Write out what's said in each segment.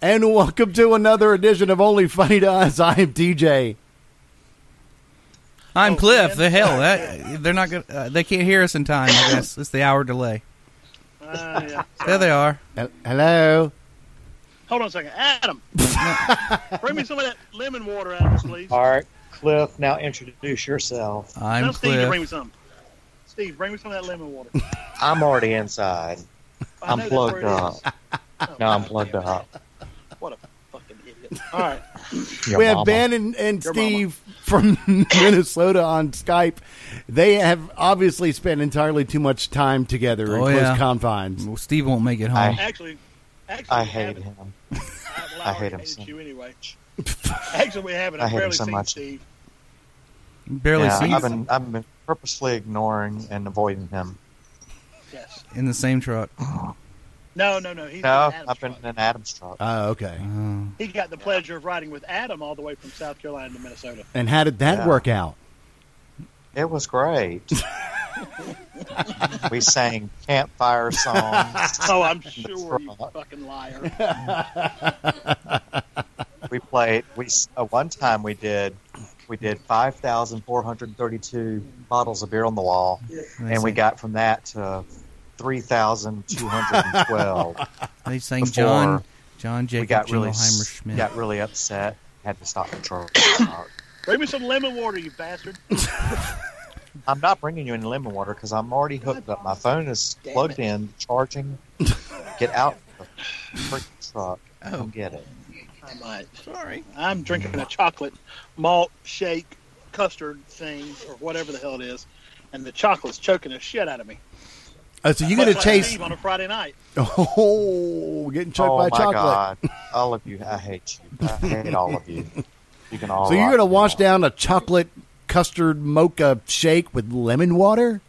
and welcome to another edition of Only Funny to Us. I'm DJ. Oh, I'm Cliff. The hell, that, they're not gonna, uh, they can't hear us in time. I guess it's the hour delay. Uh, yeah. There they are. Hel- Hello. Hold on a second, Adam. bring me some of that lemon water, Adam, please. All right, Cliff, now introduce yourself. I'm Tell Steve to bring me Cliff. some. Steve, bring me some of that lemon water. I'm already inside. I I'm know that's plugged where it is. up. No, I'm plugged up. What a fucking idiot! All right, Your we mama. have Ben and, and Your mama. Steve from Minnesota on Skype. They have obviously spent entirely too much time together in Oh, close yeah. confines. Well, Steve won't make it home. actually, actually, I we hate haven't. him. Well, I already hate him hated so- you anyway. Actually, we haven't. I I've hate him barely so seen much. Steve. Barely yeah, sees I've been I've been purposely ignoring and avoiding him. Yes. in the same truck. No, no, no. He's No, in Adam's I've been truck. in an Adam's truck. Oh, okay. Oh. He got the pleasure of riding with Adam all the way from South Carolina to Minnesota. And how did that Yeah. work out? It was great. we sang campfire songs. Oh, I'm sure you right. fucking liar. we played. We s- uh, one time we did. We did five thousand four hundred thirty-two bottles of beer on the wall, Oh, and we got from that to three thousand two hundred twelve. They sang before John John we Jacob got really Jingleheimer s- Schmidt. got really upset. Had to stop the truck. Bring me some lemon water, you bastard. I'm not bringing you any lemon water because I'm already hooked up. My phone is Damn plugged in, charging. Get out of the freaking truck. Oh. Go get it. I might. Sorry. uh, I'm drinking a chocolate malt shake custard thing or whatever the hell it is, and the chocolate's choking the shit out of me. Oh, so you get a Like taste. Steve on a Friday night. Oh, getting choked oh by my chocolate. god! All of you, I hate you. I hate all of you. You can all. So you're rock going to and wash roll. down a chocolate custard mocha shake with lemon water?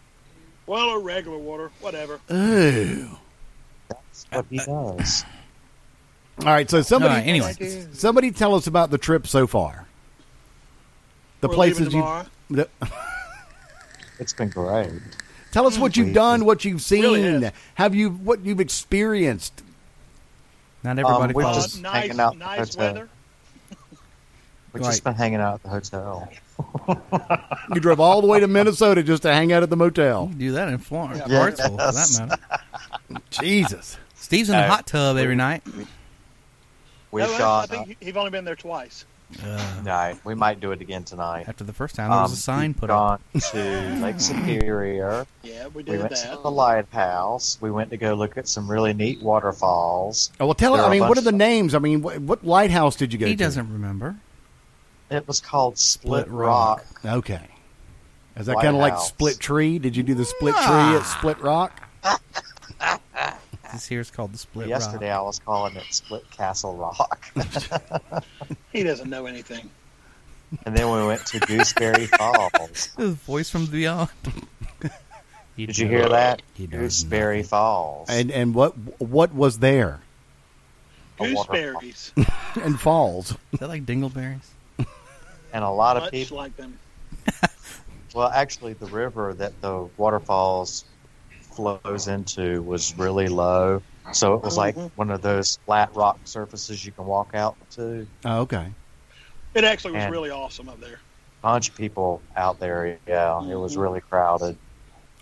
Well, or regular water, whatever. Ooh. That's what he does. All right, so somebody All right, anyway. somebody tell us about the trip so far. The We're leaving places you tomorrow. the- It's been great. tell us what Mm-hmm. you've done, what you've seen, Really is. have you what you've experienced. Not everybody we Uh, follows. just- nice, hanging out nice at the- weather. We've just been hanging out at the hotel. You drove all the way to Minnesota just to hang out at the motel. You do Oh, that in Florence, Yeah. Bartsville, Yes. for that matter. Jesus. Steve's in the No. hot tub every night. We No, I- I shot. think he- he's only been there twice. Uh, Night. We might do it again tonight. after the first time, there was Um, a sign we've put up. gone to Lake Superior. Yeah, we We did went to the that. lighthouse. We went to go look at some really neat waterfalls. Oh, well, tell us. There are I a mean, bunch what are the of- names? I mean, what, what lighthouse did you go to? He doesn't remember. It was called Split, Split Rock. Rock. Okay. Is that kind of like Lighthouse. Split Tree? Did you do the Split Tree at Split Rock? This here is called the Split Yesterday, Rock. I was calling it Split Castle Rock, He doesn't know anything. and then we went to Gooseberry Falls. The voice from beyond. Did you hear that? He does Gooseberry Falls. And and what what was there? A waterfall. Gooseberries, And falls. Is that like dingleberries? and a lot of much people. like them. Well, actually, the river that the waterfalls flows into was really low, so it was like Mhm. one of those flat rock surfaces you can walk out to. Oh, okay. It actually was And- really awesome up there. Bunch of people out there. Yeah, it was Mhm. really crowded.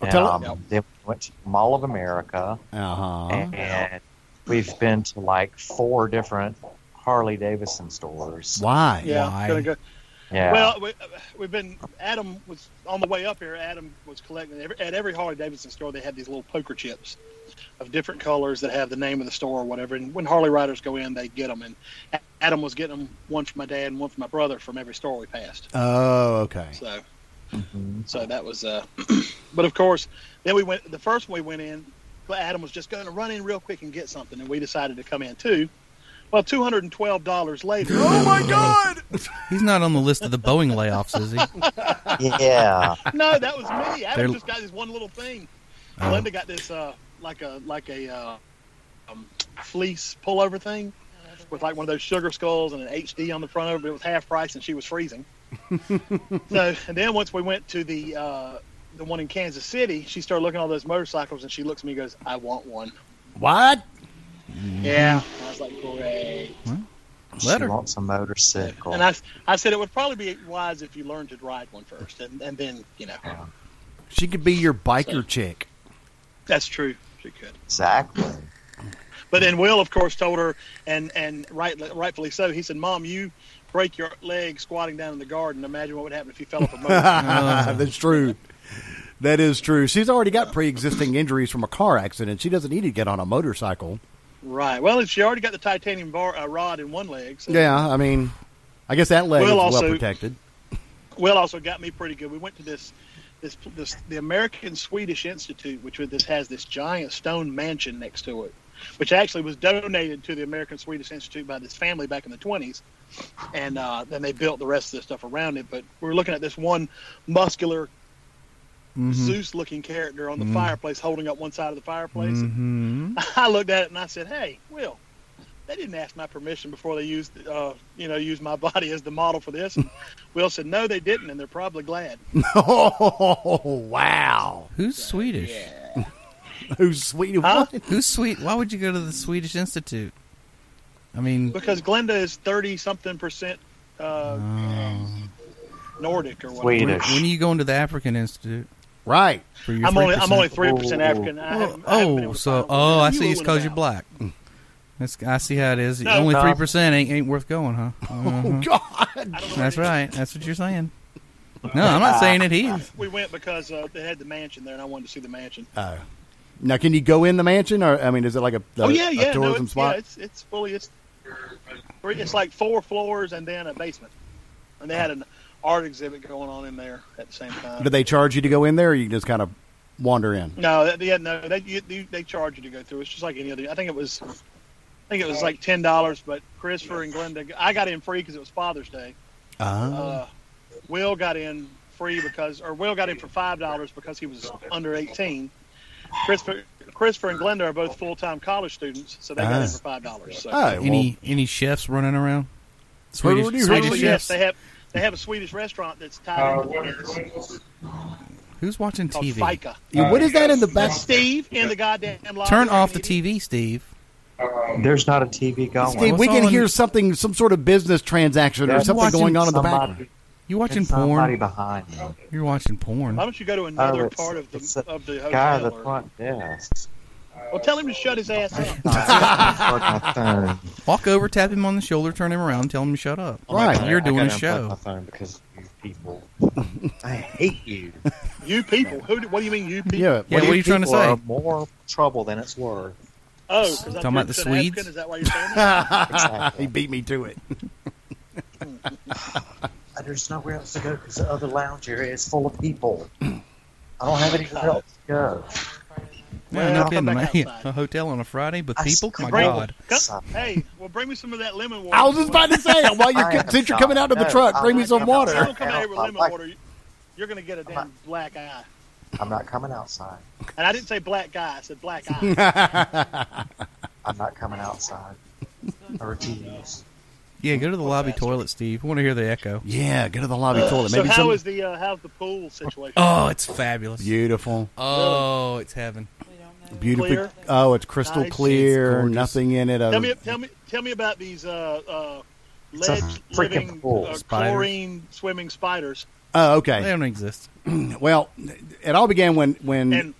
And, tell- um, then we went to the Mall of America, Uh huh. and we've been to like four different Harley Davidson stores. Why? Yeah, Why? gonna go. Yeah, Well, we, uh, we've been. Adam was on the way up here. Adam was collecting every, at every Harley Davidson store. They had these little poker chips of different colors that have the name of the store or whatever. And when Harley riders go in, they get them. And A- Adam was getting them one for my dad and one for my brother from every store we passed. Oh, okay. So, Mhm. so that was. Uh, but of course, then we went. The first one we went in, Adam was just going to run in real quick and get something, and we decided to come in too. Well, two hundred and twelve dollars later. Oh my God! He's not on the list of the Boeing layoffs, is he? yeah. No, that was me. Adam They're- just got this one little thing. Oh. Linda got this uh, like a like a uh, um, fleece pullover thing with like one of those sugar skulls and an HD on the front of it. But it was half price, and she was freezing. so, and then once we went to the uh, the one in Kansas City, she started looking at all those motorcycles, and she looks at me and goes, "I want one." What? Yeah, I was was like, great. Let she her. wants a motorcycle. And I, I said it would probably be wise if you learned to ride one first, and, and then you know Yeah, She could be your biker chick. that's true. She could. exactly. But then Will, of course, told her, and and right, rightfully so. He said, "Mom, you break your leg squatting down in the garden. Imagine what would happen if you fell off a motorcycle." That's true. That is true. She's already got pre-existing injuries from a car accident. She doesn't need to get on a motorcycle. right. Well, she already got the titanium bar, uh, rod in one leg. So Yeah, I mean, I guess that leg Well, is well also- protected. Will also got me pretty good. We went to this, this, this the American Swedish Institute, which this has this giant stone mansion next to it, which actually was donated to the American Swedish Institute by this family back in the twenties, and uh, then they built the rest of the stuff around it. But we were looking at this one muscular Mm-hmm. Mm-hmm. Zeus-looking character on the fireplace, holding up one side of the fireplace. Mhm. I looked at it and I said, "Hey, Will, they didn't ask my permission before they used, uh, you know, used my body as the model for this." And Will said, "No, they didn't, and they're probably glad." Oh wow! Who's Swedish? Who's sweet? Huh? What? Who's sweet? Why would you go to the Swedish Institute? I mean, Because Glenda is thirty something percent uh, Nordic or whatever. when, Swedish. when are you going to the African Institute Right. for your? I'm only I'm 3%? only three percent Oh, African. I haven't, I haven't been Oh, able to so find one. oh, I You see. It's ruling because them you're out. black. That's, I see how it is. No. uh, only No. three percent ain't, ain't worth going, huh? Uh-huh. Oh God! I don't know That's where they- right. That's what you're saying. No, I'm not saying it is. We went because uh, they had the mansion there, and I wanted to see the mansion. Uh, now, can you go in the mansion, or I mean, is it like a, a- oh yeah, a yeah, no, tourism it's, spot? yeah, it's it's fully it's three- it's like four floors and then a basement, and they had an art exhibit going on in there at the same time. Do they charge you to go in there, or you just kind of wander in? No, that- yeah, no, they you, you- they charge you to go through. It's just like any other. I think it was, I think it was like ten dollars. But Christopher and Glenda, I got in free because it was Father's Day. Uh, Uh, Will got in free because, or Will got in for five dollars because he was under eighteen. Christopher, Christopher and Glenda are both full time college students, so they got Ah. in for five dollars. So. all right, well, Any any chefs running around? Swedish, Hurdy, Swedish hurdy. Actually, yes, chefs. they have they have a Swedish restaurant that's tied Uh, into the business Who's watching called TV? Fika. yeah, what is that in the back? That's Steve in the goddamn. lobby. Turn off the Idiot. TV, Steve. There's not a TV going. Steve, we What's can on- hear something, some sort of business transaction or There's something watching going on in the Somebody- background. You watching Somebody porn? behind me. You're watching porn. Why don't you go to another Uh, it's- part of it's a the of the Guy at hotel? the or- front desk. well, tell him to shut his ass up. Plug my phone. Walk over, tap him on the shoulder, turn him around, tell him to shut up. Right. You're I gotta doing a unplug My show. phone because of you people. I hate you. You people, who? do- What do you mean, you people? Yeah. Yeah, do what are you trying to People say? are more trouble than it's worth. Oh, 'cause I'm Talking about the 30% Swedes? African, Is that why you're saying that? he beat me to it. Uh, There's nowhere else to go because the other lounge area is full of people. I don't have anywhere else to go. Yeah, Well, no kidding, come man. back outside. A hotel on a Friday, but I people, my scream. God. Come, hey, well, bring me some of that lemon water. I was just about to say, while I you're am since you're not. coming out of the No, truck, bring I'm me not some coming If you water. outside. don't come out here with I lemon like- water, you- you're gonna get a damn black eye. I'm not coming outside. And I didn't say black guy; I said black eye. I'm not coming outside. I refuse. Yeah, go to the lobby toilet, Steve. We want to hear the echo. Yeah, go to the lobby toilet. so Maybe how some is the uh, how's the pool situation? Oh, it's fabulous. beautiful, Oh, it's heaven. beautiful. Clear? Oh, it's crystal Nice. clear. It's gorgeous. nothing in it. Oh, tell Other, me, tell me, tell me about these uh, uh, Um, It's a ledge freaking living pool. uh, Spiders. chlorine swimming spiders. oh, They okay. don't exist. Well, it all began when when and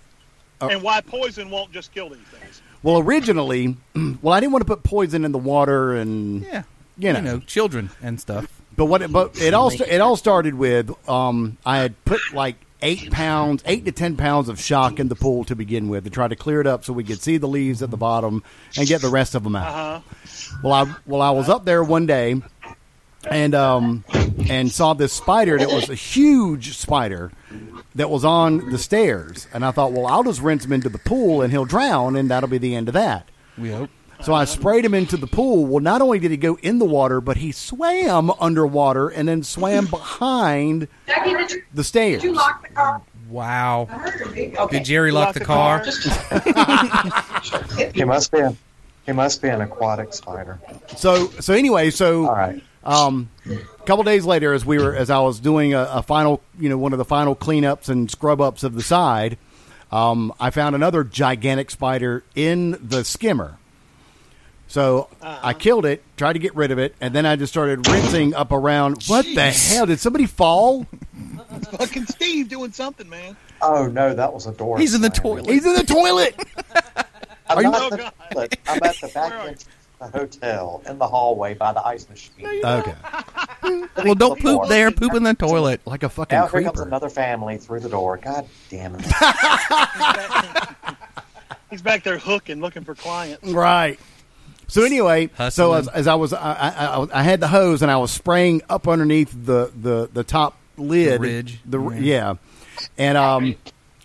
Uh, and why poison won't just kill these things. well originally, well, I didn't want to put poison in the water and Yeah. You know. children and stuff. But what? it- But it all sta- it all started with um, I had put like eight pounds, eight to ten pounds of shock in the pool to begin with, to try to clear it up so we could see the leaves at the bottom and get the rest of them out. Uh huh. Well, I well I was up there one day, and um, and saw this spider that was a huge spider that was on the stairs, and I thought, well, I'll just rinse him into the pool and he'll drown, and that'll be the end of that. We hope. So I sprayed him into the pool. Well, not only did he go in the water, but he swam underwater and then swam behind Jackie, did you, the stairs. did you lock the car? Wow. Okay. Did Jerry lock, the, car? He must be. A, he must be an aquatic spider. So so anyway, so All right. um, a couple days later, as we were as I was doing a, a final, you know, one of the final cleanups and scrub ups of the side, um, I found another gigantic spider in the skimmer. So I killed it, tried to get rid of it, and then I just started rinsing up around. What the Jeez. hell? Did somebody fall? Fucking Steve doing something, man. Oh no, that was a door. He's in the slam. toilet. He's in the toilet. I'm, Are you- not Oh, the God. toilet. I'm at the back Where are entrance of the hotel in the hallway by the ice machine. Okay, Well, don't poop there. Poop in the toilet. like a fucking Now here comes creeper. another family through the door. God damn it! He's back there hooking, looking for clients. Right. So anyway, so Hustling. as, as I was, I, I, I, was- I had the hose and I was spraying up underneath the the, the top lid, The ridge. the r- yeah, Yeah. and um,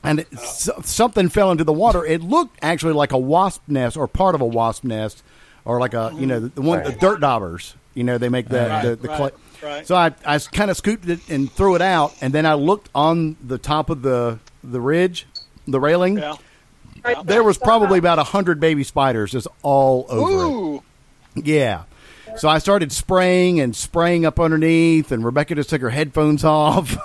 and it, so, something fell into the water. It looked actually like a wasp nest or part of a wasp nest, or like a you know the, the one the dirt daubers. You know they make the Right, the, the clay. right, right. So I I kind of scooped it and threw it out, and then I looked on the top of the the ridge, the railing. Yeah. There was probably about a hundred baby spiders just all over it. Ooh. Yeah. So I started spraying and spraying up underneath, and Rebecca just took her headphones off.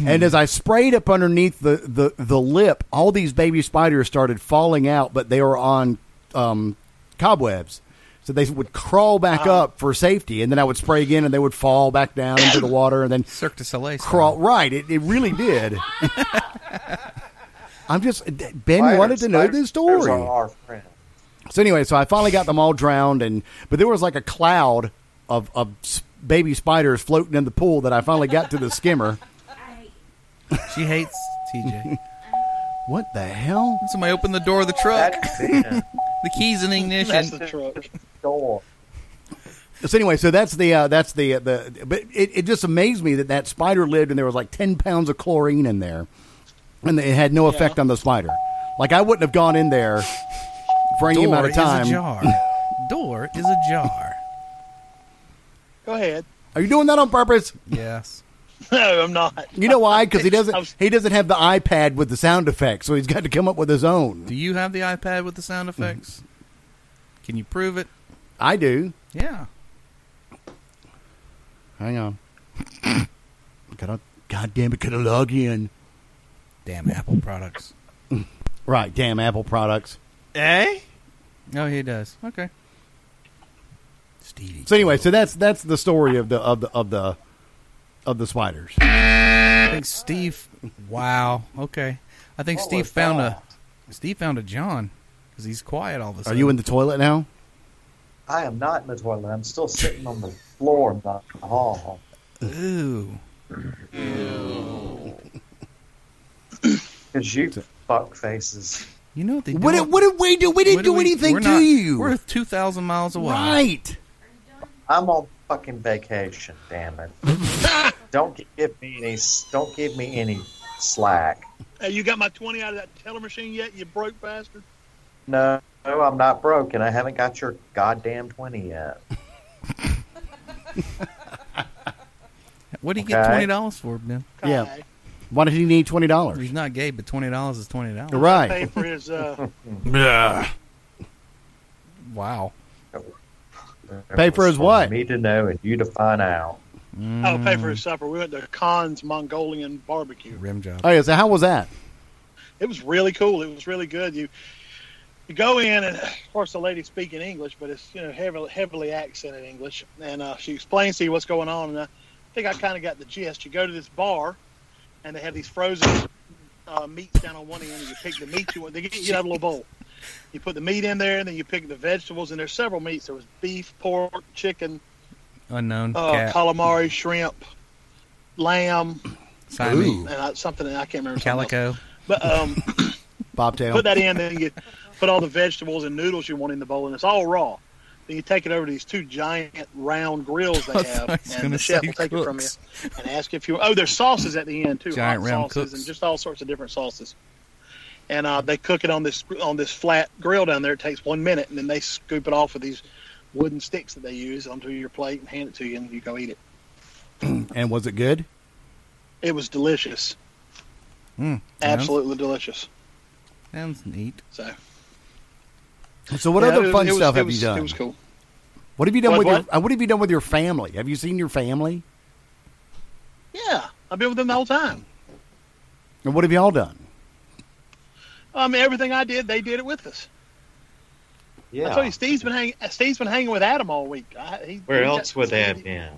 and as I sprayed up underneath the, the, the lip, all these baby spiders started falling out, but they were on um, cobwebs. So they would crawl back up for safety, and then I would spray again, and they would fall back down into the water, and then Cirque du Soleil. style. crawl. Right, it, it really did. I'm just Ben wanted to know this story. Those are our friends. So anyway, so I finally got them all drowned, and but there was like a cloud of of s- baby spiders floating in the pool that I finally got to the skimmer. She hates TJ. What the hell? Somebody opened the door of the truck. That's the The keys in the That's ignition. the truck. door. So anyway, so that's the uh, that's the the but it, it just amazed me that that spider lived and there was like ten pounds of chlorine in there, and it had no effect on the spider. Like I wouldn't have gone in there for any Door amount of is time. a jar. Door is a jar. Go ahead. Are you doing that on purpose? Yes. No, I'm not. You know why? Because he I was- doesn't he doesn't have the iPad with the sound effects, so he's got to come up with his Do own. you have the iPad with the sound effects? Can you prove it? I do. Yeah. Hang on. gotta, God damn it, gotta log in. Damn Apple products. Right, damn Apple products. Eh? Oh, he does. Okay. Stevie. So anyway, so that's that's the story of the of the of the of the spiders. I think Steve. Wow. Okay. I think What Steve was found that? a Steve found a John because he's quiet all of a Are sudden. you in the toilet now? I am not in the toilet. I'm still sitting on the floor, not in the hall. Ooh. Because you fuck faces. You know what they do? What did, what did we do? We didn't What do we- anything we're to not- you. We're two thousand miles away. right. I'm on fucking vacation. Damn it! don't gi- give me any. s- Don't give me any slack. Hey, you got my 20 out of that teller machine yet, you broke bastard? No, no, I'm not broke, and I haven't got your goddamn twenty yet. What do you get Okay. twenty dollars for, Ben? Yeah. Kai. Why did he need twenty dollars? He's not gay, but twenty dollars is twenty dollars. Pay Right. for his, uh, Wow. Pay for his what? Me to know, and you to find out. oh, pay for his supper. We went to Khan's Mongolian barbecue. Mm. Rim job. Oh yeah. So how was that? It was really cool. It was really good. You you go in, and of course the lady's speaking English, but it's you know heavily heavily accented English, and uh, she explains to you what's going on. And I think I kind of got the gist. You go to this bar, and they have these frozen uh, meats down on one end. And you pick the meat you want. They get you out a little bowl. You put the meat in there, and then you pick the vegetables. And there's several meats. There was beef, pork, chicken, Unknown uh, cat. calamari, shrimp, lamb, Siamese. Ooh. and I, something I can't remember. something else. Calico. But um, Bobtail. put that in, then you put all the vegetables and noodles you want in the bowl, and it's all raw. Then you take it over to these two giant round grills they I thought have, he was and gonna the chef say will take it from you cooks. and ask if you. Oh, there's sauces at the end too, Giant hot round sauces cooks. and just all sorts of different sauces. And uh, they cook it on this on this flat grill down there. It takes one minute, and then they scoop it off with these wooden sticks that they use onto your plate and hand it to you, and you go eat it. And was it good? It was delicious, Mm, absolutely delicious. Sounds, sounds neat. So So what yeah, other it fun was- it was- stuff it have was- you done? It was cool. What have you done What- with what? your? uh, What have you done with your family? Have you seen your family? Yeah, I've been with them the whole time. And what have y'all done? I mean, everything I did, they did it with us. I told you, Steve's been hanging. Steve's been hanging with Adam all week. I, he, Where he- else would they have been?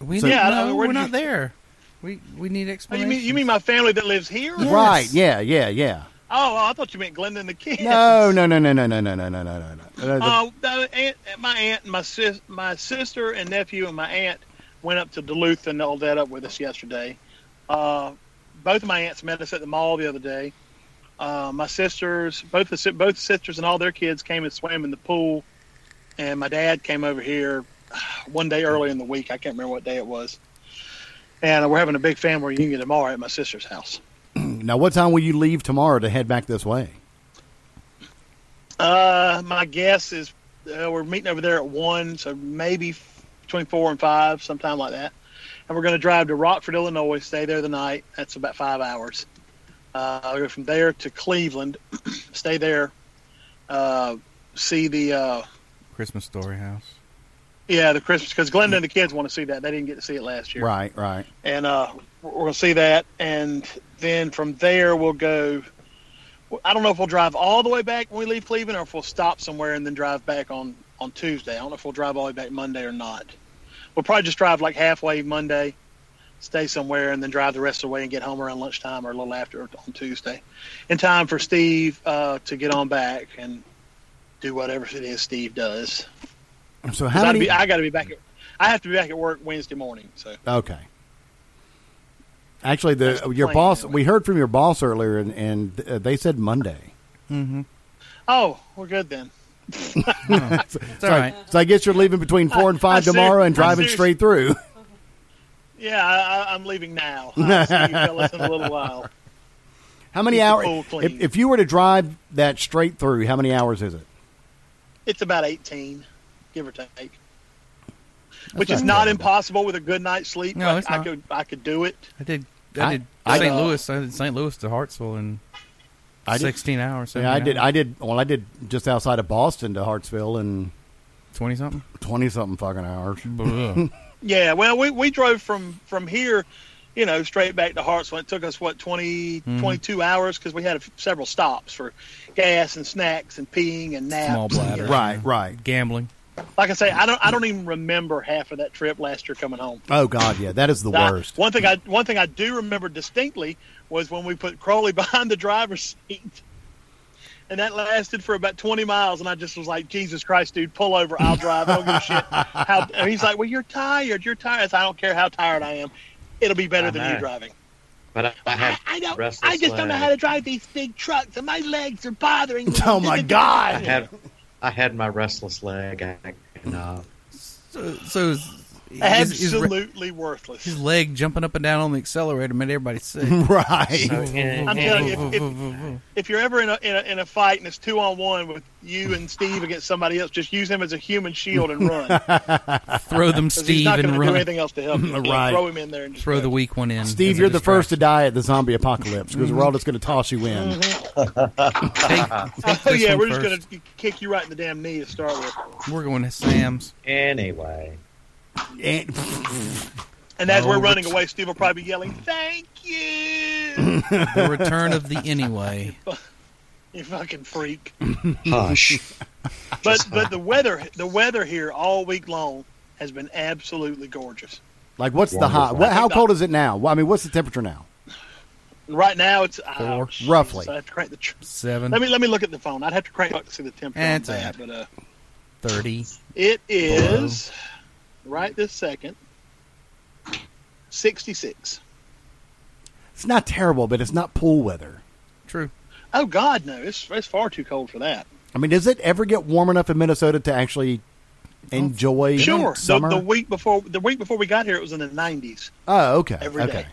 We So- don't Yeah, I don't know. know, where We're did not you- there. We we need Oh, explanation. you mean you mean my family that lives here? Yeah. Right? Yeah, yeah, yeah. Oh, I thought you meant Glenda and the kids. No, no, no, no, no, no, no, no, no, no, no. Uh, Uh, the aunt, my aunt, and my sis, my sister and nephew, and my aunt went up to Duluth and all that up with us yesterday. Uh, both of my aunts met us at the mall the other day. Uh, my sisters, both the si- both sisters and all their kids came and swam in the pool, and my dad came over here one day early in the week. I can't remember what day it was. And we're having a big family reunion tomorrow at my sister's house. Um, the- now, what time will you leave tomorrow to head back this way? Uh, my guess is uh, we're meeting over there at one, so maybe f- between four and five, sometime like that. And we're going to drive to Rockford, Illinois, stay there the night. That's about five hours. Uh, I'll go from there to Cleveland, stay there, uh, see the uh, Christmas Story House. yeah the Christmas because Glenda and the kids want to see that. They didn't get to see it last year Right, right. and uh, we're going to see that. And then from there, we'll go. I don't know if we'll drive all the way back when we leave Cleveland, or if we'll stop somewhere and then drive back on on Tuesday. I don't know if we'll drive all the way back Monday or not. We'll probably just drive like halfway Monday, stay somewhere, and then drive the rest of the way and get home around lunchtime or a little after on Tuesday, in time for Steve uh, to get on back and do whatever it is Steve does. So 'Cause how I'd many? be- I got to be back. At, I have to be back at work Wednesday morning, so. Okay. Actually, the That's the your plan, boss. anyway. We heard from your boss earlier, and, and uh, they said Monday. Mm-hmm. Oh, we're good then. It's So, all right. I, so I guess you're leaving between four and five I ser- tomorrow, and I driving seriously- straight through. Yeah, I, I- I'm leaving now. I'll see you fellas in a little while. How many Keep the hours? pool clean. If, if you were to drive that straight through, how many hours is it? It's about 18, give or take, which not is not bad. impossible with a good night's sleep. No, I, it's I not. could I could do it. I did. I- I did I- St. uh, Louis. I did St. Louis to Hartsville in I did- sixteen hours. Yeah, I 17 did. hours. I did. Well, I did just outside of Boston to Hartsville in Twenty something. twenty something fucking hours. Ugh. Yeah, well, we, we drove from from here, you know, straight back to Hartsville. It took us what 20, Mhm. 22 hours because we had a f several stops for gas and snacks and peeing and naps. Small bladder. Right, right. Gambling. Like I say, I don't I don't even remember half of that trip last year coming home. Oh God, yeah, that is the I- worst. one thing I one thing I do remember distinctly was when we put Crowley behind the driver's seat, and that lasted for about twenty miles. And I just was like, Jesus Christ, dude, pull over. I'll drive. I don't give a shit. How, and he's like, Well, you're tired. You're tired. I, said, I don't care how tired I am. It'll be better I than you know. driving. But I, I I, had I don't. restless I just don't know how to legs. drive these big trucks, and my legs are bothering me. Oh my God! I had I had my restless leg acting up. So, so is, is, is re- Absolutely worthless. his leg jumping up and down on the accelerator made everybody sick. right. So, yeah, I'm telling you, if- if you're ever in a, in a in a fight and it's two on one with you and Steve against somebody else, just use him as a human shield and run. 'Cause throw them he's Steve not going and to do run. anything else to help you. Yeah, Right. Throw him in there and just Throw the run. weak one in. as Steve, a you're the first to distraction. die at the zombie apocalypse because we're all just going to toss you in. Take, take Oh this yeah, one we're just first. going to kick you right in the damn knee to start with, We're going to Sam's. anyway, And- and as Oh, we're running it's- away, Steve will probably be yelling, "Thank you, The return of the anyway. you fucking freak!" hush. But but the weather the weather here all week long has been absolutely gorgeous. like, what's the high? What, how cold is it now? Well, I mean, what's the temperature now? And right now it's Four, oh, Jesus, roughly. I have to crank the tr- Seven let me let me look at the phone. I'd have to crank up to see the temperature Eh, on it's all that, but uh. thirty. It is right this second. Sixty-six. It's not terrible, but it's not pool weather. True. Oh God, no! It's it's far too cold for that. I mean, does it ever get warm enough in Minnesota to actually enjoy Sure. The, summer? the week before the week before we got here, it was in the nineties oh, okay, every day. okay.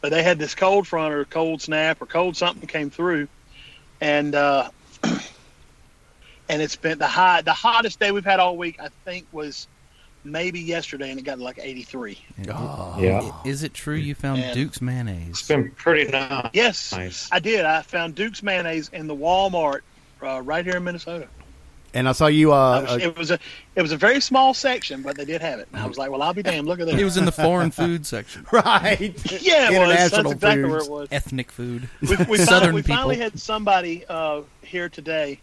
But they had this cold front or cold snap or cold something came through, and uh, and it's been the high the hottest day we've had all week. I think was maybe yesterday, and it got like eighty-three. Oh. Yeah, Is it true you found Yeah. Duke's it's mayonnaise? been pretty nice. Yes, Nice. I did. I found Duke's mayonnaise in the Walmart uh, right here in Minnesota. And I saw you. Uh, I was- uh, it was a it was a very small section, but they did have it. And I was like, well, I'll be damned. Look at that. It was in the foreign food section. right. yeah, it was. That's International exactly where foods. it was. Ethnic food. We, we, Southern finally, we finally people. had somebody uh, here today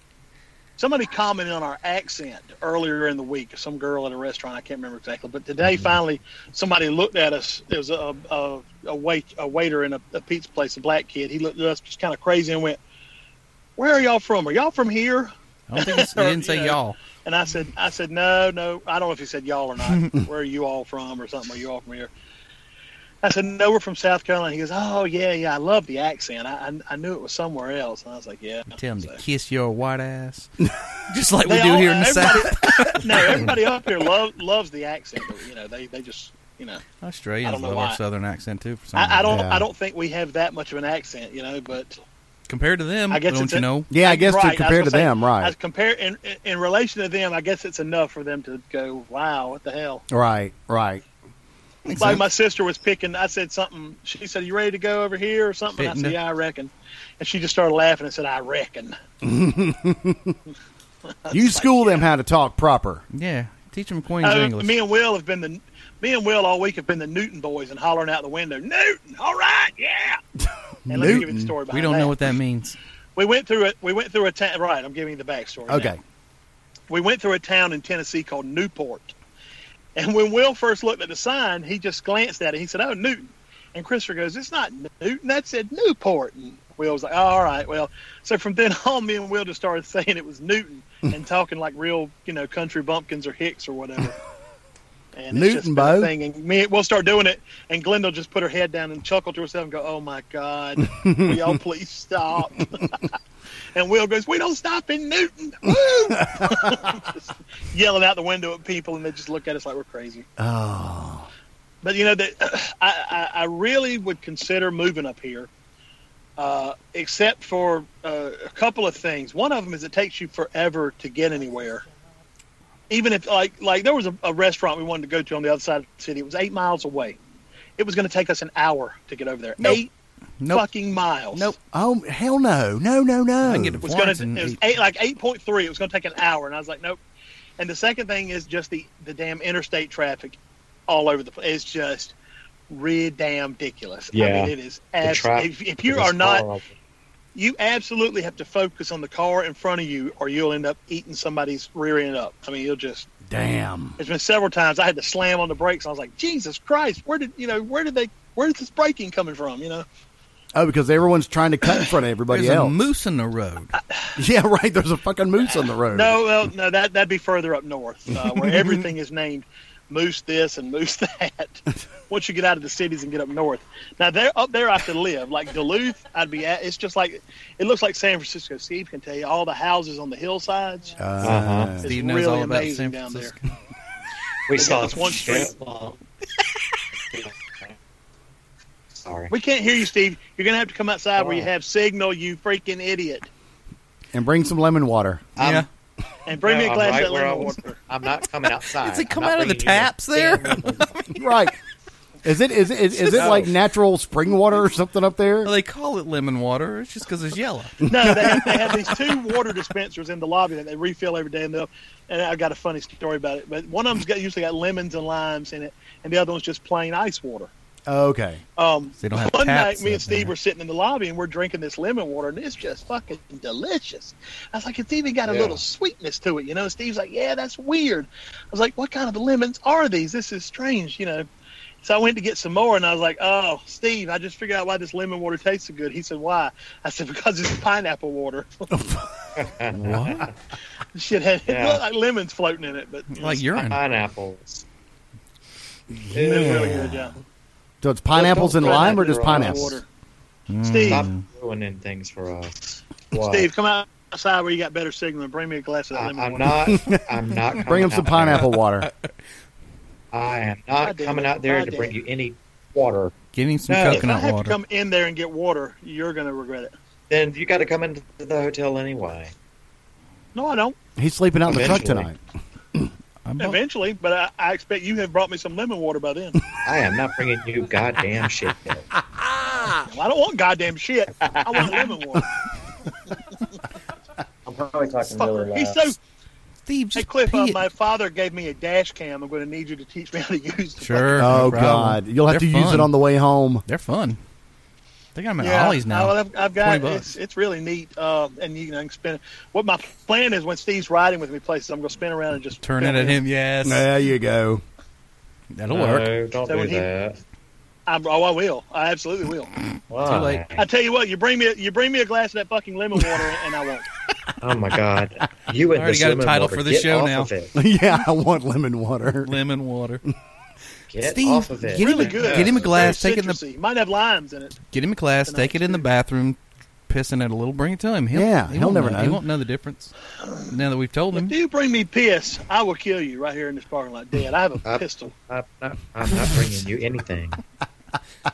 Somebody commented on our accent earlier in the week. Some girl at a restaurant, I can't remember exactly, but today finally somebody looked at us. There was a a, a wait a waiter in a, a pizza place, a black kid. He looked at us just kind of crazy and went, "Where are y'all from? Are y'all from here?" I don't think it's, they didn't say Yeah. y'all. And I said, I said, no, no. I don't know if he said y'all or not. Where are you all from or something? Are you all from here? I said, no, we're from South Carolina. He goes, oh, yeah, yeah. I love the accent. I, I, I knew it was somewhere else. And I was like, yeah. Tell them So- to kiss your white ass, just like we They do all- here in the everybody- south. no, everybody up here lo- loves the accent. But, you know, they, they just, you know, I Australians don't know love our why. southern accent too. For some reason. I, I don't Yeah. I don't think we have that much of an accent, you know, but compared to them, I guess don't it's you a- know? Yeah, I guess Right, I to was compare gonna to say, them, right? as compare in, in in relation to them, I guess it's enough for them to go, wow, what the hell? right, right. Makes like sense. my sister was picking. I said something. She said, "You ready to go over here or something?" Fitting I said, it. "Yeah, I reckon." And she just started laughing and said, "I reckon." You school them how to talk proper. Yeah, teach them Queen's Uh, English. me and Will have been the me and Will all week have been the Newton boys and hollering out the window, "Newton, all right, yeah." And let me give you the Newton? story. we behind don't that. know what that means. we went through it. We went through a town. Right, I'm giving you the backstory. now. Okay. we went through a town in Tennessee called Newport. And when Will first looked at the sign, he just glanced at it. He said, "Oh, Newton." And Christopher goes, "It's not Newton. That said Newport." And Will was like, oh, "All right, well." So from then on, me and Will just started saying it was Newton and talking like real, you know, country bumpkins or hicks or whatever. And it's just Newton, been a bo. thing. And me, we'll start doing it, and Glenda will just put her head down and chuckle to herself and go, "Oh my God, will y'all please stop?" and Will goes, "We don't stop in Newton." Woo! Just yelling out the window at people, and they just look at us like we're crazy. Oh, But you know, that I, I, I really would consider moving up here, uh, except for uh, a couple of things. One of them is it takes you forever to get anywhere. Even if like like there was a, a restaurant we wanted to go to on the other side of the city, it was eight miles away. It was going to take us an hour to get over there. Nope. Eight Nope. fucking miles. Nope. oh, hell no, no, no, no. I can get to It was Florence going in to it was eight- eight, like eight point three. It was going to take an hour, and I was like, nope. And the second thing is just the the damn interstate traffic all over the place. It's just rid damn ridiculous. I Yeah. mean, it is. The Abs- traffic if, if you was are not, horrible. you absolutely have to focus on the car in front of you, or you'll end up eating somebody's rear end up. I mean, you'll just. Damn. There's been several times I had to slam on the brakes. I was like, Jesus Christ, where did you know? Where did they? Where is this braking coming from? You know. Oh, because everyone's trying to cut in front of everybody There's a else. moose in the road. yeah, right. There's a fucking moose on the road. No, well, no, that that'd be further up north, uh, where everything is named Moose this and Moose that. Once you get out of the cities and get up north, now there up there I could live like Duluth. I'd be at. It's just like it looks like San Francisco. Steve can tell you all the houses on the hillsides. Uh, Uh-huh. It's Steve knows really all about amazing San down there. Francisco. We They saw got this one straight street. bump. Sorry. We can't hear you, Steve. You're gonna have to come outside where you Oh. have signal. You freaking idiot! And bring some lemon water. yeah. I'm, And bring me a I'm glass right of that where I lemon was. water. I'm not coming outside. Does it I'm come not out of the bringing you taps there? damn lemon. right. Is it is it is, is it No. like natural spring water or something up there? Well, they call it lemon water. It's just because it's yellow. No, they have, they have these two water dispensers in the lobby that they refill every day, and they'll. And I got a funny story about it, but one of them's got usually got lemons and limes in it, and the other one's just plain ice water. Okay. Um, They don't have one taps night, me up and Steve there. were sitting in the lobby and we're drinking this lemon water, and it's just fucking delicious. I was like, it's even got a Yeah. little sweetness to it, you know. And Steve's like, yeah, that's weird. I was like, what kind of lemons are these? This is strange, you know. So I went to get some more, and I was like, oh, Steve, I just figured out why this lemon water tastes so good. He said, why? I said, because it's pineapple water. What? Shit had it Yeah. looked like lemons floating in it, but it Like was- urine. Pineapples. it was really Yeah. good. Yeah, So it's pineapples and Don't lime, or put just that in the pineapples? Water. Mm. Steve, Stop ruining things for us. What? Steve, come out outside where you got better signal and bring me a glass of that I, lemon I'm water. not. I'm not. Coming Bring them some out there. pineapple water. I am God not damn coming it. out there God to damn bring it. you any water. Give him some No, if If I coconut have water. to come in there and get water, you're going to regret it. Then you got to come into the hotel anyway. No, I don't. He's sleeping out in the truck Eventually. tonight. I bought- Eventually, but I, I expect you have brought me some lemon water by then. I am not bringing you goddamn shit. Well, I don't want goddamn shit. I want lemon water. I'm probably talking Fucker. He's so. Steve, Hey just Cliff, pee uh, it. my father gave me a dash cam. I'm going to need you to teach me how to use. the Sure. no Oh problem. God, you'll have They're to use fun. it on the way home. They're fun. think I'm at Ollie's now. Well, I've, I've 20 got bucks. it's it's really neat, uh, and you know, I can spin. What my plan is when Steve's riding with me places, I'm gonna spin around and just Turn it at him. Yes, There you go. that'll no, work. don't So do when he- that. I'm, oh, I will. I absolutely will. Why? late. I tell you what, you bring me you bring me a glass of that fucking lemon water, and I won't. Oh my god! You and I already this got a lemon title water, for the get show off now. Of it. yeah, I want lemon Uh, water. Lemon water. Get Steve, off of it. get him a- Really good. Get him a glass, Very take it in the- citrusy. Might have limes in it. Get him a glass. Then I Take it in the do. bathroom. Piss in it a little. Bring it to him. He'll, Yeah, he he'll won't never He know. won't know the difference. Now that we've told him, If you bring me piss, I will kill you right here in this parking lot, dead. I have a Up. pistol. I'm not, I'm not bringing you anything.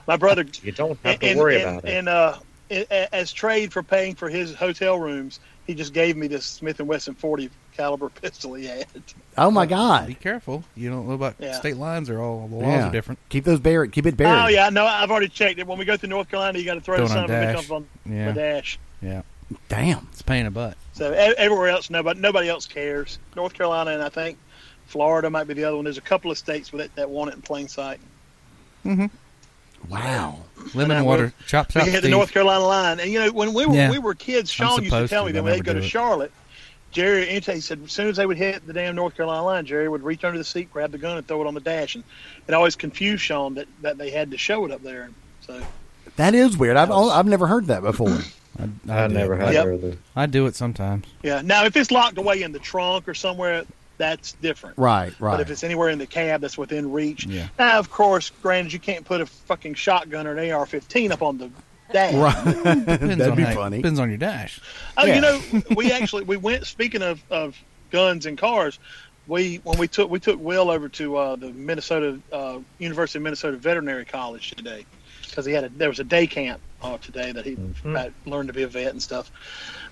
My brother You don't have to worry about it. And uh, a- a- as trade for paying for his hotel rooms, he just gave me this Smith and Wesson 40 caliber pistol he had. Oh my be god! careful. You don't know about Yeah. state lines. Are all the laws Yeah. are different. Keep those buried. Keep it buried. Oh yeah, no, I've already checked it. When we go through North Carolina, you got to throw Throw the it son on of a bitch dash. up on the Yeah, dash. yeah. Damn. It's a pain in the butt. So e- everywhere else, nobody nobody else cares. North Carolina and I think Florida might be the other one. There's a couple of states with it that want it in plain sight. Wow. Lemon I water. Chop chop. we had the Steve. North Carolina line, and you know when we were Yeah. we were kids, Sean used to supposed tell to me that when they'd go to remember to do it. Charlotte, Jerry Inte said as soon as they would hit the damn North Carolina line, Jerry would reach under the seat, grab the gun, and throw it on the dash, and it always confused Sean that, that they had to show it up there. So That is weird. I've I've never heard that before. I do never it. had Yep. either. I do it sometimes. yeah, now if it's locked away in the trunk or somewhere, that's different. right. Right. But if it's anywhere in the cab that's within reach, Yeah. now of course, granted, you can't put a fucking shotgun or an AR-15 up on the dash. right. Depends That'd on be how- funny. Depends on your dash. Oh, Yeah. you know, we actually we went. Speaking of, of guns and cars, we when we took we took Will over to uh, the Minnesota uh, University of Minnesota Veterinary College today because he had a there was a day camp uh, today that he Mm-hmm. about learned to be a vet and stuff.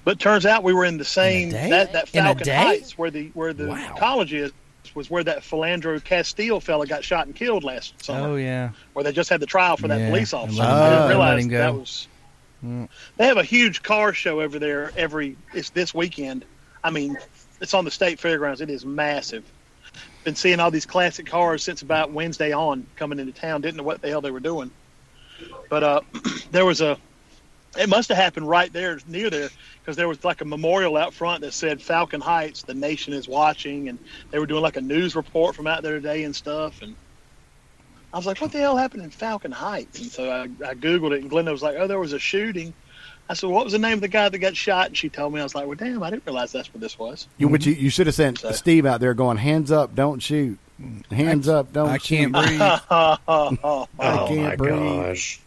But turns out we were in the same day? that that In a Falcon day? Heights where the where the Wow. college is was where that Philandro Castile fella got shot and killed last summer Oh yeah. where they just had the trial for that Yeah, police officer. and let him I go. didn't Let realize him go. that was. Mm. They have a huge car show over there every. It's this weekend. I mean, it's on the state fairgrounds. It is massive. Been seeing all these classic cars since about Wednesday on coming into town. Didn't know what the hell they were doing, but uh, there was a. It must have happened right there near there because there was like a memorial out front that said Falcon Heights, the nation is watching, and they were doing like a news report from out there today and stuff. And I was like, what the hell happened in Falcon Heights? And so I, I Googled it, and Glenda was like, oh, there was a shooting. I said, what was the name of the guy that got shot? And she told me, I was like, well, damn, I didn't realize that's what this was. you, which you, you should have sent So- Steve out there going hands up, don't shoot. Hands up, don't I Oh, shoot. can't breathe. I oh can't my breathe. gosh.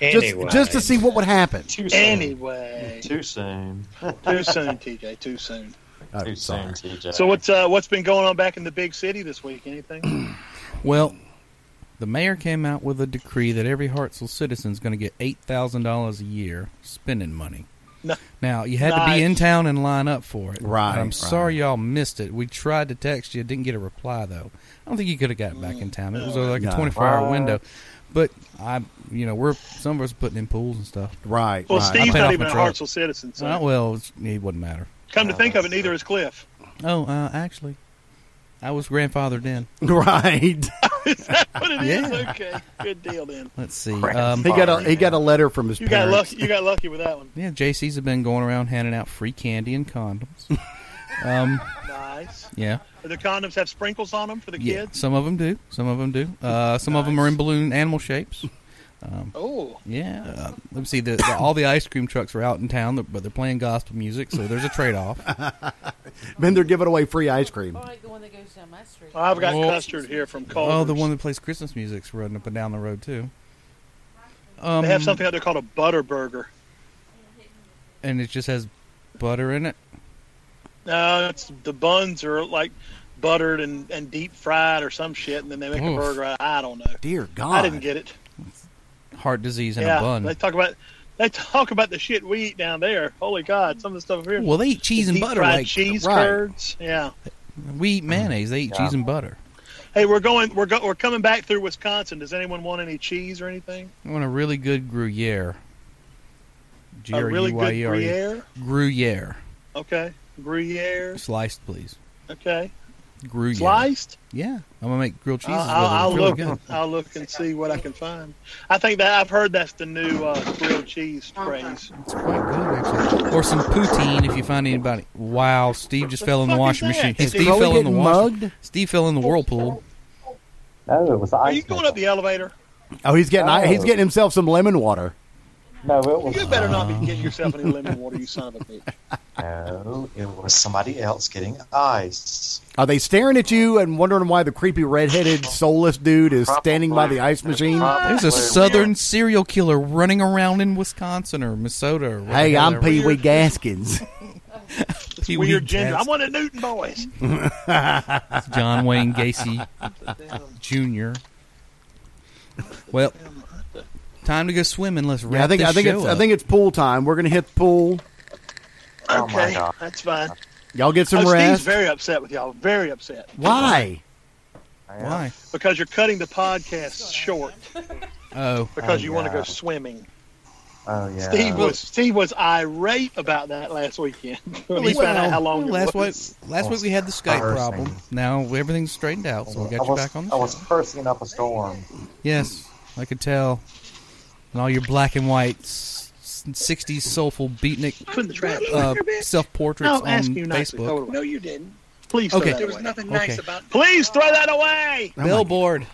Just, Anyway, just to see what would happen. Too soon. anyway, Too soon. too soon, TJ, too soon. Oh, Too soon, sorry. TJ. So what's uh, what's been going on back in the big city this week? Anything? Well, the mayor came out with a decree that every Hartsville citizen is going to get eight thousand dollars a year spending money. No. Now you had to be Nice. in town and line up for it. Right, And I'm right. sorry y'all missed it. We tried to text you, didn't get a reply though. I don't think you could have got back in time. It was uh, like a No. 24 hour window. But I, you know, we're some of us putting in pools and stuff. Right. Well, right. Steve's paid off not even my a truck. Hartsville citizen, so Uh, well, it's, it wouldn't matter. come to think of it, neither is Cliff. Oh, uh, actually, I was grandfathered in. Right. But it is Yeah. okay. Good deal then. Let's see. Um, He got a he got a letter from his You got parents. lucky. You got lucky with that one. yeah, JC's have been going around handing out free candy and condoms. um, Nice. yeah. Do the condoms have sprinkles on them for the Yeah, kids? some of them do. Some of them do. Uh, some of them are in balloon animal shapes. Oh, Yeah. Uh, let me see. The, the, all the ice cream trucks are out in town, but they're playing gospel music, so there's a trade off. Then they're giving away free ice cream. Or like the one that goes down my street. Well, I've got Well- custard here from Culver's. oh, the one that plays Christmas music's running up and down the road too. Um, They have something out there called a butter burger. and it just has butter in it. No, it's the buns are like buttered and, and deep fried or some shit, and then they make Oof. a burger. out- I don't know. Dear God. I didn't get it. Heart disease in yeah, a bun. they talk about they talk about the shit we eat down there. Holy God, some of the stuff up here. well, they eat cheese and deep butter. fried Like cheese right. curds. Yeah. we eat mayonnaise, they eat cheese and butter. Hey, we're going. We're go, we're coming back through Wisconsin. Does anyone want any cheese or anything? I want a really good Gruyere. G A R really U Y E good R E. Gruyere. Gruyere, Okay, Gruyere. sliced, please. Okay. Gruyere. Sliced. Uh, Yeah, I'm gonna make grilled cheese. I'll, I'll really look. good. I'll look and see what I can find. I think that I've heard that's the new uh, grilled cheese craze. It's quite good actually. Or some poutine if you find anybody. Wow, Steve just fell in the fuck washing is that? machine. Is Steve Chloe fell in the getting washing. mugged? Steve fell in the whirlpool. No, it was the Are ice. you going up the elevator? Oh, he's getting Oh. he's getting himself some lemon water. No, it was You better not be getting yourself any lemon water, you son of a bitch. No, it was somebody else getting ice. Are they staring at you and wondering why the creepy redheaded soulless dude is standing by the ice machine? Ah. There's a southern serial killer running around in Wisconsin or Minnesota. Or whatever Hey, the hell I'm that Pee Wee weird- Gaskins. is. Pee Wee Weird ginger. Gaskins. I'm one of the Newton boys. John Wayne Gacy Oh, Jr. Well, time to go swimming. Let's wrap Yeah, I think this I think show it's up. I think it's pool time. We're gonna hit the pool. Oh my Okay, God. that's fine. Y'all get some Oh, Steve's rest. very upset with y'all. Very upset why? why. because you're cutting the podcast short Oh, because Oh, you want to yeah. go swimming. Oh yeah. Steve was Steve was irate about that last weekend. when he Well, found out how long it last week. was. Last week we had the Skype Embarrassing. problem. Now everything's straightened out, so we I got you was, back on. I The was cursing up a storm. yes, I could tell. And all your black and white s- s- '60s soulful beatnik Put in the trash. uh, self-portraits No, on ask you nicely. Throw it Facebook. away. No, you didn't. Please throw Okay. that There was away. nothing Okay. nice about Please throw that away. Oh Billboard,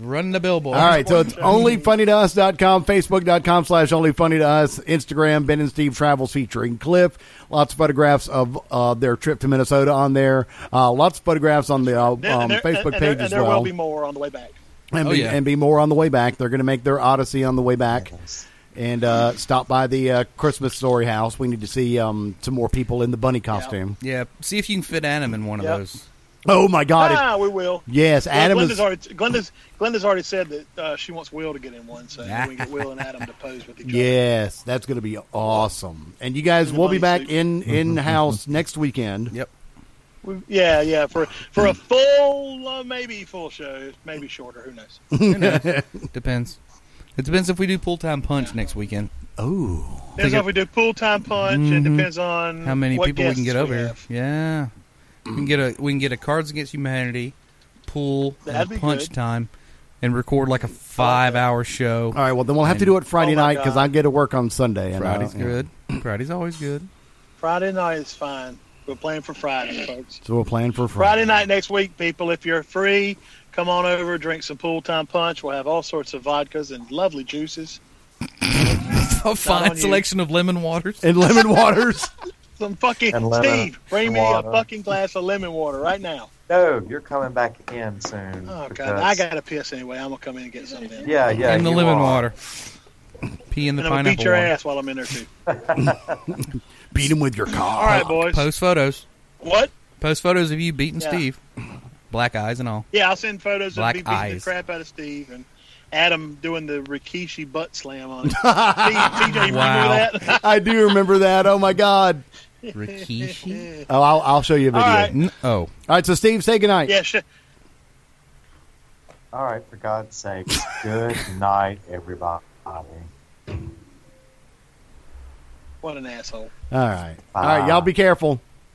run the billboard. All right, so it's onlyfunnytous.com, facebook.com slash onlyfunnytous, Instagram, Ben and Steve Travels featuring Cliff. Lots of photographs of uh, their trip to Minnesota on there. Uh, lots of photographs on the uh, um, There- there- Facebook and- and page there, and as there well. will be more on the way back. and, Oh, be, yeah. and be more on the way back. They're going to make their odyssey on the way back Yes. and uh, stop by the uh, Christmas story house. We need to see um, some more people in the bunny costume. Yeah, see if you can fit Adam in one of Yep. those. Oh, my God. it- Ah, we will. yes, Adam Glenda's is. already Glenda's, Glenda's already said that uh, she wants Will to get in one, so we can get Will and Adam to pose with each other. Yes, that's going to be awesome. And you guys In the will be bunny back suit. in Mm-hmm. in house next weekend. Yep. We- yeah, yeah. For for a full, uh, maybe full show, maybe shorter. Who knows? Who knows? depends. It depends if we do full time punch next weekend. Oh, Depends on if we do full time punch. It Mhm. depends on How many what people we can guests get over here? have. Yeah, we can get a we can get a Cards Against Humanity pool That'd and be punch good. time, and record like a five hour show. all right. Well, then we'll have to do it Friday Oh, my night because God. I get to work on Sunday. And, uh, Friday's yeah. good. Friday's always good. Friday night is fine. We're playing for Friday, folks. So we'll plan for Friday. Friday night next week, people. If you're free, come on over, drink some pool time punch. We'll have all sorts of vodkas and lovely juices, A fine you. selection of lemon waters. and lemon waters. some fucking And lemon Steve. Bring me water. a fucking glass of lemon water right now. No, you're coming back in soon. Oh god, because- I gotta piss anyway. I'm gonna come in and get some. Then. Yeah, yeah. in the you lemon are. water. Pee in the and I'm gonna beat pineapple your water. ass while I'm in there too. Beat him with your car. All right, boys. Post photos. What? Post photos of you beating Yeah. Steve. Black eyes and all. Yeah, I'll send photos Black of me beating eyes. the crap out of Steve and Adam doing the Rikishi butt slam on. Steve, TJ, you Wow. remember that? I do remember that. Oh my God. Rikishi. Oh, I'll, I'll show you a video. All All right. right. N- oh. So Steve, say goodnight. yeah, sh- All right, for God's sake. Good night, everybody. Bye. what an asshole. All right. All right. Y'all be careful.